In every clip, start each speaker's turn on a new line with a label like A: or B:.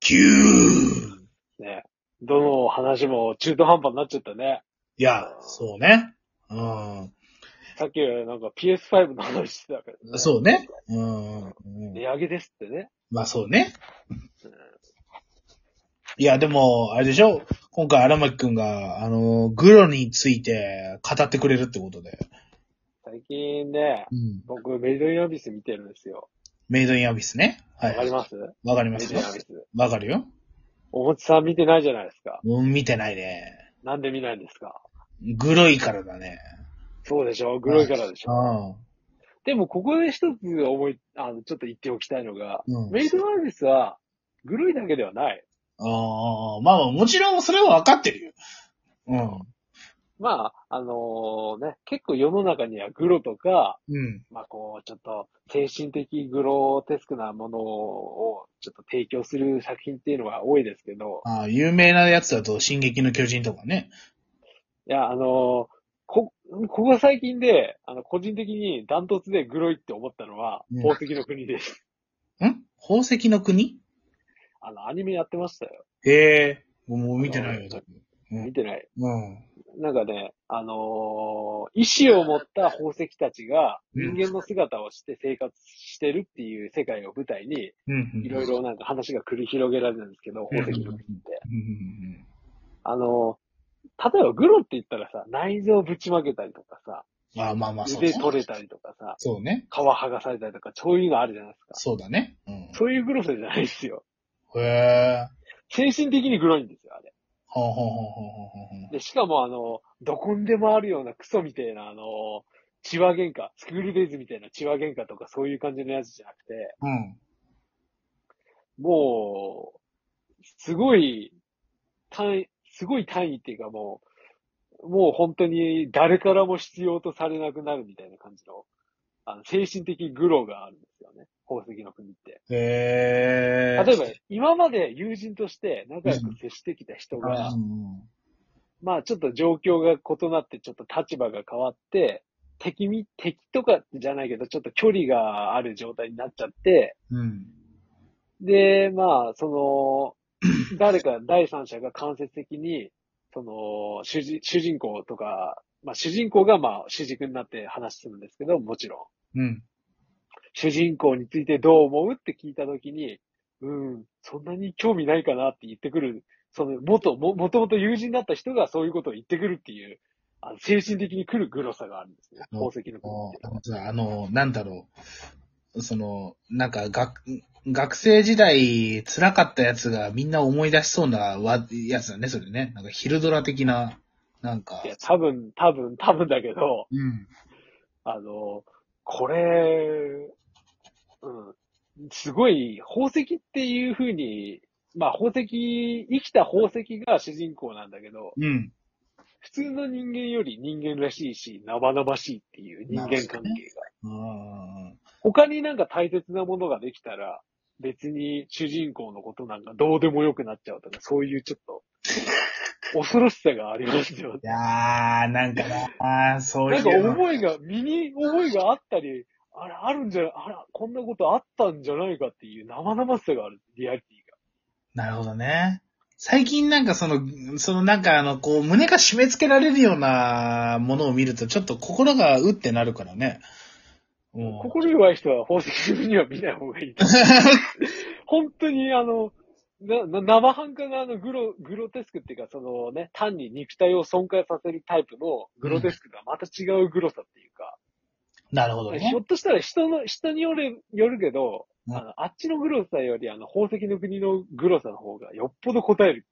A: キュー。
B: ね。どの話も中途半端になっちゃったね。
A: いや、そうね。うん。
B: さっきなんか PS5 の話してたけど、ね。
A: そうね。うん。うん
B: 値上げですってね。
A: まあそうね。いや、でも、あれでしょ今回荒牧くんが、あの、グロについて語ってくれるってことで。
B: 最近ね、
A: うん。
B: 僕メイドインアビス見てるんですよ。
A: メイドインアビスね。は
B: わ
A: い
B: か。ります
A: わかりま
B: メイ
A: す
B: ドイ
A: よ
B: ンアビス。
A: わかるよ。
B: おもちさん見てないじゃないですか。
A: うん、見てないね。
B: なんで見ないんですか
A: グロいからだね。
B: そうでしょグロいからでしょ
A: ょ。
B: でもここで一つ思い、あの、ちょっと言っておきたいのが、
A: うん。
B: メイドインアビスは、グロいだけではない。
A: ああ、まあまあ、もちろんそれはわかってるよ。うん。
B: まあ、あのね、結構世の中にはグロとか、
A: うん。
B: まあこう、ちょっと精神的グローテスクなものをちょっと提供する作品っていうのが多いですけど、
A: ああ、有名なやつだと、進撃の巨人とかね。
B: いや、あのこ、ここが最近で、あの、個人的にダントツでグロいって思ったのは
A: うん、
B: 宝石の国です。
A: ん宝石の国
B: あの、アニメやってましたよ。
A: へえ。もう見てないよ、多分。うん
B: 見てない。
A: うん。
B: なんかね、あの意志を持った宝石たちが人間の姿をして生活してるっていう世界を舞台に、
A: うんうん。
B: いろいろなんか話が繰り広げられるんですけど、宝石の国って。
A: うんうん
B: あの、例えばグロって言ったらさ、内臓ぶちまけたりとかさ、
A: うん。ああ、まあまあ、そう
B: 腕
A: ね。
B: 取れたりとかさ、
A: そうね。
B: 皮剥がされたりとか、そういうのあるじゃないですか。
A: そうだね。うん。
B: そういうグロさじゃないですよ。
A: へえ。
B: 精神的にグロいんですよ、あれ。
A: ほうほうほうほうほうほう。
B: で、しかもあの、どこんでもあるようなクソみたいな、あの、チワ喧嘩、スクールデイズみたいなチワ喧嘩とかそういう感じのやつじゃなくて、
A: うん。
B: もう、すごい、単位、すごい単位っていうかもう、もう本当に誰からも必要とされなくなるみたいな感じの、あの、精神的グロがあるんですよね。宝石の国って。
A: へえ。
B: 例えば、今まで友人として仲良く接してきた人が、
A: うん
B: まあちょっと状況が異なって、ちょっと立場が変わって、敵み、敵とかじゃないけど、ちょっと距離がある状態になっちゃって、
A: うん。
B: で、まあ、その、 誰か第三者が間接的に、その、主人主人公とか、まあ主人公がまあ主軸になって話するんですけど、もちろん。
A: うん。
B: 主人公についてどう思うって聞いたときに、うん、そんなに興味ないかなって言ってくる、その、元、も、もともと友人だった人がそういうことを言ってくるっていう、あの精神的に来るグロさがあるんですね。宝石の国
A: あ
B: っていうのは。
A: ーあの、なんだろう。その、なんか、学、学生時代辛かったやつがみんな思い出しそうなわやつだね、それね。なんかヒルドラ的な、なんか
B: い。や、多分、多分、多分だけど、
A: うん。
B: あの、これ、うん、すごい、宝石っていう風に、まあ宝石、生きた宝石が主人公なんだけど、
A: うん。
B: 普通の人間より人間らしいし、生々しいっていう人間関係が。
A: あ
B: 他になんか大切なものができたら、別に主人公のことなんかどうでもよくなっちゃうとか、そういうちょっと、恐ろしさがありますよね
A: ーいやー、なんかな、あーそうい
B: なんか
A: うの。
B: 思いが、身に思いがあったり、あれ、あるんじゃない、あら、こんなことあったんじゃないかっていう生々しさがある、リアリテ
A: なるほどね。最近なんかその、そのなんかあの、こう、胸が締め付けられるようなものを見ると、ちょっと心がうってなるからね。
B: ィが。
A: も
B: 心弱い人は宝石には見ない方 がいい。本当にあの、な、な、生半可なあの、グロ、グロテスクっていうか、そのね、単に肉体を損壊させるタイプのグロテスクがまた違うグロさっていうか、
A: う、なるほどね
B: ひょ。っとしたら人の、人による、よるけど、
A: うん
B: あの、あっちのグロさより、あの、宝石の国のグロさの方がよっぽど答える。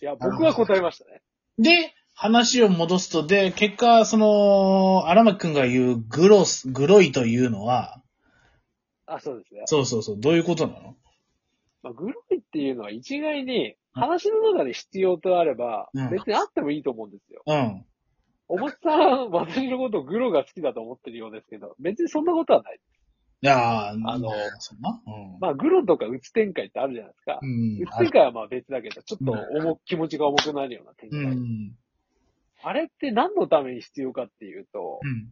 B: いや、僕は答えましたね。
A: で、話を戻すと、で、結果、その、荒牧くんが言うグロス、グロいというのは、
B: あ、そうですね。
A: そうそうそう、どういうことなの
B: まあ、グロいっていうのは一概に話の中で必要とあれば
A: うん、
B: 別にあってもいいと思うんですよ。
A: うん。
B: おもつさん、私のことをグロが好きだと思ってるようですけど、別にそんなことはない。
A: いやあ
B: あの
A: そんなうん。
B: まあ、グロとかうつ展開ってあるじゃないですか。
A: うん
B: うつ展開はまあ別だけど、ちょっと重く、気持ちが重くなるような展
A: う
B: 開。
A: ん。
B: あれって何のために必要かっていうと、
A: うん。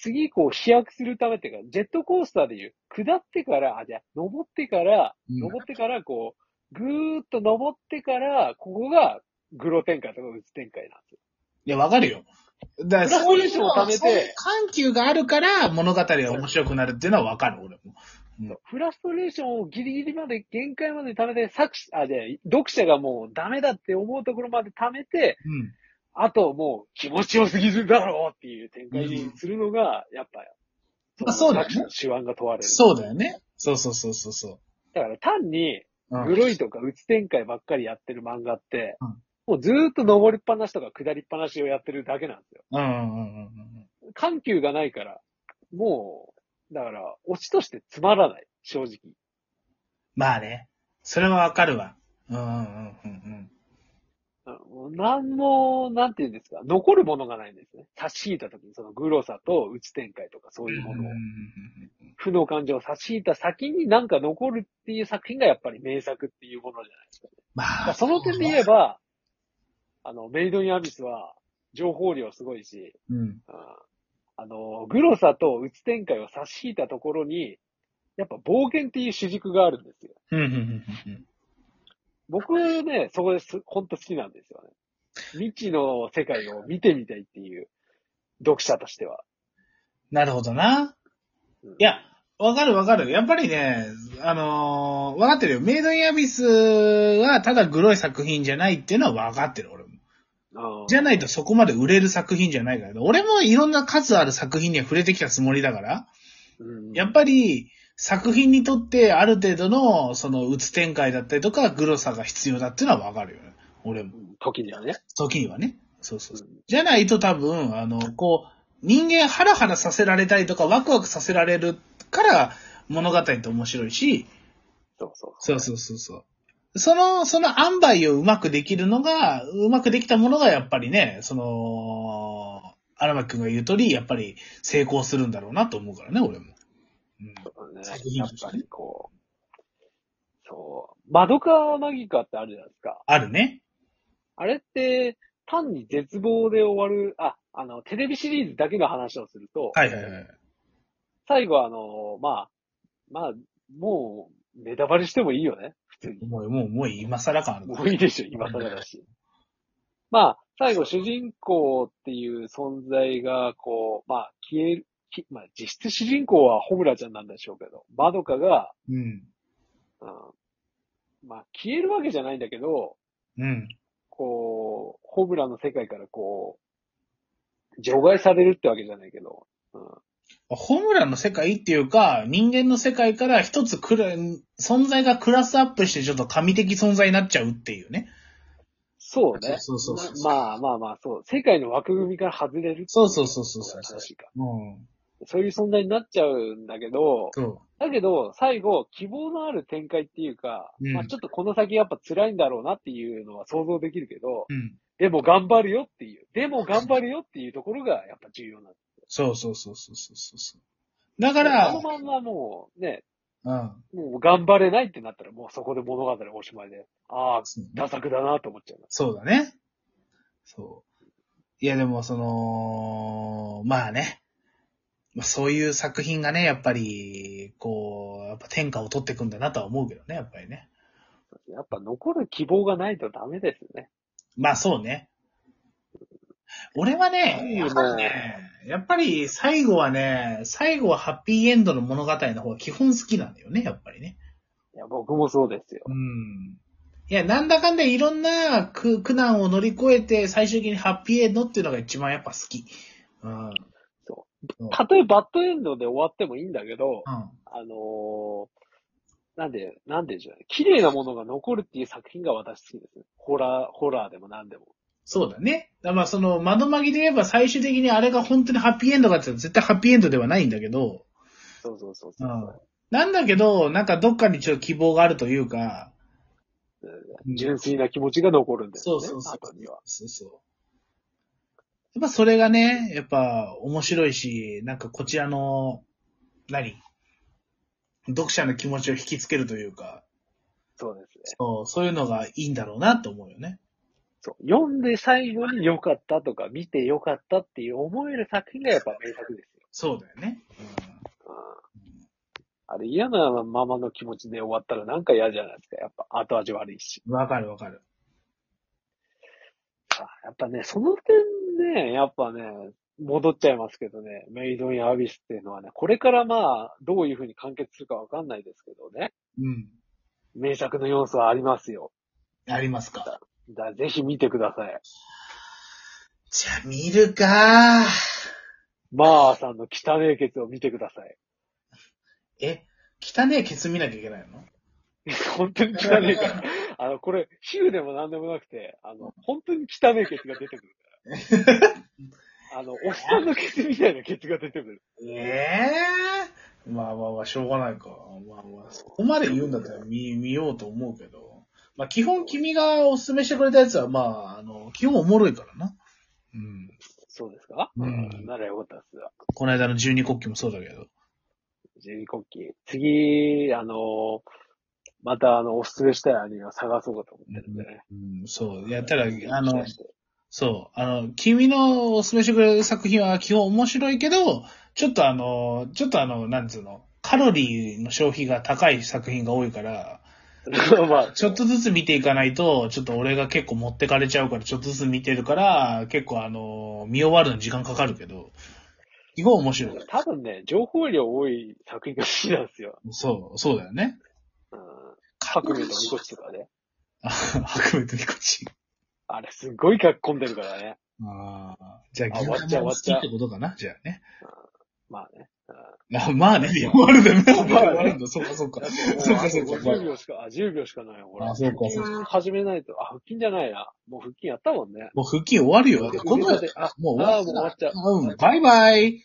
B: 次こう飛躍するためっていうか、ジェットコースターでいう、下ってから、あ、じゃあ登ってから、
A: うん
B: 登ってからこう、ぐーっと登ってから、ここがグロ展開とかウツ展開なんですよ。
A: いや、わかるよ。だから、
B: そ
A: そうう
B: い
A: いうう
B: 人を貯めて
A: そういう緩急があるから物語が面白くなるっていうのはわかる、俺も。
B: フラストレーションをギリギリまで、限界まで貯めて、作者、あ、じゃない読者がもうダメだって思うところまで貯めて、
A: うん。
B: あともう気持ちよすぎるだろうっていう展開にするのが、やっぱ、
A: まあそうだよね
B: 作者の手腕が問われる。
A: そうだよね。そうそうそうそうそ
B: だから単に、
A: う。うん
B: グロいとかうつ展開ばっかりやってる漫画って、
A: うん
B: もうずーっと登りっぱなしとか下りっぱなしをやってるだけなんですよ。
A: うんうんうんうんうん。
B: 緩急がないから、もう、だから、オチとしてつまらない、正直。
A: まあね。それはわかるわ。うんうんうんうん
B: あのなんも、なんていうんですか、残るものがないんですね。差し引いた時に、そのグロさとうつ展開とかそう
A: うん。
B: いうも
A: うんうん
B: の
A: う
B: を
A: ん、
B: 負の感情を差し引いた先になんか残るっていう作品がやっぱり名作っていうものじゃないですか。
A: ま
B: まあ
A: あ、
B: その点で言えば、あの、メイドインアビスは情報量すごいし、
A: うん。
B: うんあの、グロさとうつ展開を差し引いたところに、やっぱ冒険っていう主軸があるんですよ。
A: うんうんうんうんうん。
B: 僕ね、そこです、ほんと好きなんですよね。未知の世界を見てみたいっていう、読者としては。
A: なるほどな。
B: うん
A: いや、わかるわかる。やっぱりね、あのーわかってるよ。メイドインアビスはただグロい作品じゃないっていうのはわかってる、俺も。
B: うん
A: じゃないとそこまで売れる作品じゃないから。俺もいろんな数ある作品には触れてきたつもりだから、
B: うん
A: やっぱり作品にとってある程度の、その、うつ展開だったりとか、グロさが必要だっていうのはわかるよね。俺も
B: う。ん時にはね。
A: 時にはね。そうそうそう
B: うん
A: じゃないと多分、あの、こう、人間ハラハラさせられたりとか、ワクワクさせられるから、物語って面白いし、
B: そうそう
A: そうそうそうそう。その、その塩梅をうまくできるのが、うまくできたものがやっぱりね、その、荒牧くんが言う通り、やっぱり成功するんだろうなと思うからね、俺も。うん、
B: そうだね
A: 作品
B: やっ
A: としてね
B: ぱりこう。そう。マドカマギカってあるじゃないですか。
A: あるね。
B: あれって、単に絶望で終わる、あ、あの、テレビシリーズだけの話をすると、
A: はいはいはい。
B: 最後はあの、まあ、まあ、もう、ネタバレしてもいいよね。普通に。
A: もう、もう、もう今更感あるな
B: もういいでしょ、今更だし。まあ、最後、主人公っていう存在が、こう、まあ、消える、きまあ、実質主人公はホムラちゃんなんでしょうけど、マドカが、
A: うん。
B: うん、まあ、消えるわけじゃないんだけど、
A: うん。
B: こう、ホムラの世界からこう、除外されるってわけじゃないけど、うん、
A: ホムラの世界っていうか、人間の世界から一つくら、存在がクラスアップしてちょっと神的存在になっちゃうっていうね。
B: そうね。
A: そうそうそうそう
B: ままあまあまあ、そう。世界の枠組みから外れる
A: そうそうそうそうそう
B: 正しいか。
A: うん。
B: そういう存在になっちゃうんだけど、
A: そ
B: だけど、最後、希望のある展開っていうか、
A: うん
B: まあちょっとこの先やっぱ辛いんだろうなっていうのは想像できるけど、
A: う。うん。
B: でも頑張るよっていう、でも頑張るよっていうところがやっぱ重要なんだ。
A: そうそうそうそうそうそうそう。だから、
B: このまんまもうね、
A: うん。
B: もう頑張れないってなったらもうそこで物語おしまいで、ああ、ダ作だなと思っちゃうな。
A: そうだね。そう。いや、でも、その、まあね。まあそういう作品がね、やっぱり、こう、やっぱ天下を取っていくんだなとは思うけどね、やっぱりね。
B: やっぱ残る希望がないとダメですね。
A: まあそうね。俺は
B: はい
A: ね、や
B: もう
A: っぱりね、やっぱり最後はね、最後はハッピーエンドの物語の方が基本好きなんだよね、やっぱりね。
B: いや、僕もそうですよ。
A: うん。いや、なんだかんだいろんな苦苦難を乗り越えて、最終的にハッピーエンドっていうのが一番やっぱ好き。うん。うん
B: たとえバッドエンドで終わってもいいんだけど、
A: うん。
B: あのー、なんで、なんでじゃない綺麗なものが残るっていう作品が私好きですね。ホラー、ホラーでも何でも。
A: そうだね。だからまあその、窓紛で言えば最終的にあれが本当にハッピーエンドかって言ったら絶対ハッピーエンドではないんだけど、
B: そうそうそうそうう。
A: ん。なんだけど、なんかどっかにちょっと希望があるというか、
B: うん純粋な気持ちが残るんです
A: そ
B: よ
A: う
B: ね。
A: そうそう
B: 後には。。
A: そうそう。やっぱそれがね、やっぱ面白いし、なんかこちらの、何読者の気持ちを引きつけるというか、
B: そうですね。
A: そう、そういうのがいいんだろうなと思うよね。
B: そう。読んで最後に良かったとか、見て良かったっていう思える作品がやっぱ名作ですよ。
A: そうだよね。
B: うんあれ、嫌なままの気持ちで終わったらなんか嫌じゃないですか。やっぱ後味悪いし。
A: わかるわかる。
B: さあやっぱね、その点ね、やっぱね、戻っちゃいますけどね、メイドインアビスっていうのはね、これからまあ、どういうふうに完結するかわかんないですけどね、
A: うん。
B: 名作の要素はありますよ。
A: ありますか。
B: だからぜひ見てください。
A: じゃあ見るか
B: マーさんの汚いケツを見てください。
A: え、汚ねえケツ見なきゃいけないの
B: 本当に汚 いから。あの、これ、比喩でも何でもなくて、あの、本当に汚いケツが出てく るから。あの、おっさんのケツみたいなケツが出てくる。
A: ええまあまあまあ、しょうがないか。まあまあ、そこまで言うんだったら見、見ようと思うけど。まあ基本君がおすすめしてくれたやつは、まあ、あの、基本おもろいからな。うん。
B: そうですか
A: うん
B: ならよかったです。
A: この間の十二国旗もそうだけど。
B: 十二国旗。次、あの、また、あの、おすすめしたいアニメを探そうかと思ってるんでね。
A: うん、そう。やったら、あ
B: 期
A: の
B: 待、して
A: そう。あの、君のおすすめしてくれる作品は基本面白いけど、ちょっとあの、ちょっとあの、なんつうの、カロリーの消費が高い作品が多いから、
B: まあ、
A: ちょっとずつ見ていかないと、ちょっと俺が結構持ってかれちゃうから、ちょっとずつ見てるから、結構あの、見終わるのに時間かかるけど、基本面白い。
B: 多分ね、情報量多い作品が好きなんですよ。
A: そう、そうだよね。
B: うん。白米とみこちとかね。
A: あ白米とニコチン。
B: あれ、すごい書き込んでるからね。
A: ああ。じゃあ、
B: あ終わっ
A: 銀
B: ち
A: 座
B: ゃう
A: も好きってことかなじゃあね。
B: まあね。
A: あまあね、終わるんだね。終
B: まあね
A: わるんだ、そうかそうか。
B: そ
A: そうかそうか
B: 10秒しか、あ、10秒しかないよ、ほら。
A: あそうかそう
B: 腹筋始めないと。あ、腹筋じゃないな。もう腹筋やったもんね。
A: もう腹筋終わるよ。この
B: で、あ、
A: もう
B: あ
A: 終
B: もう終
A: わ
B: わ
A: っ
B: っちゃう。
A: た。うん、バイバイ。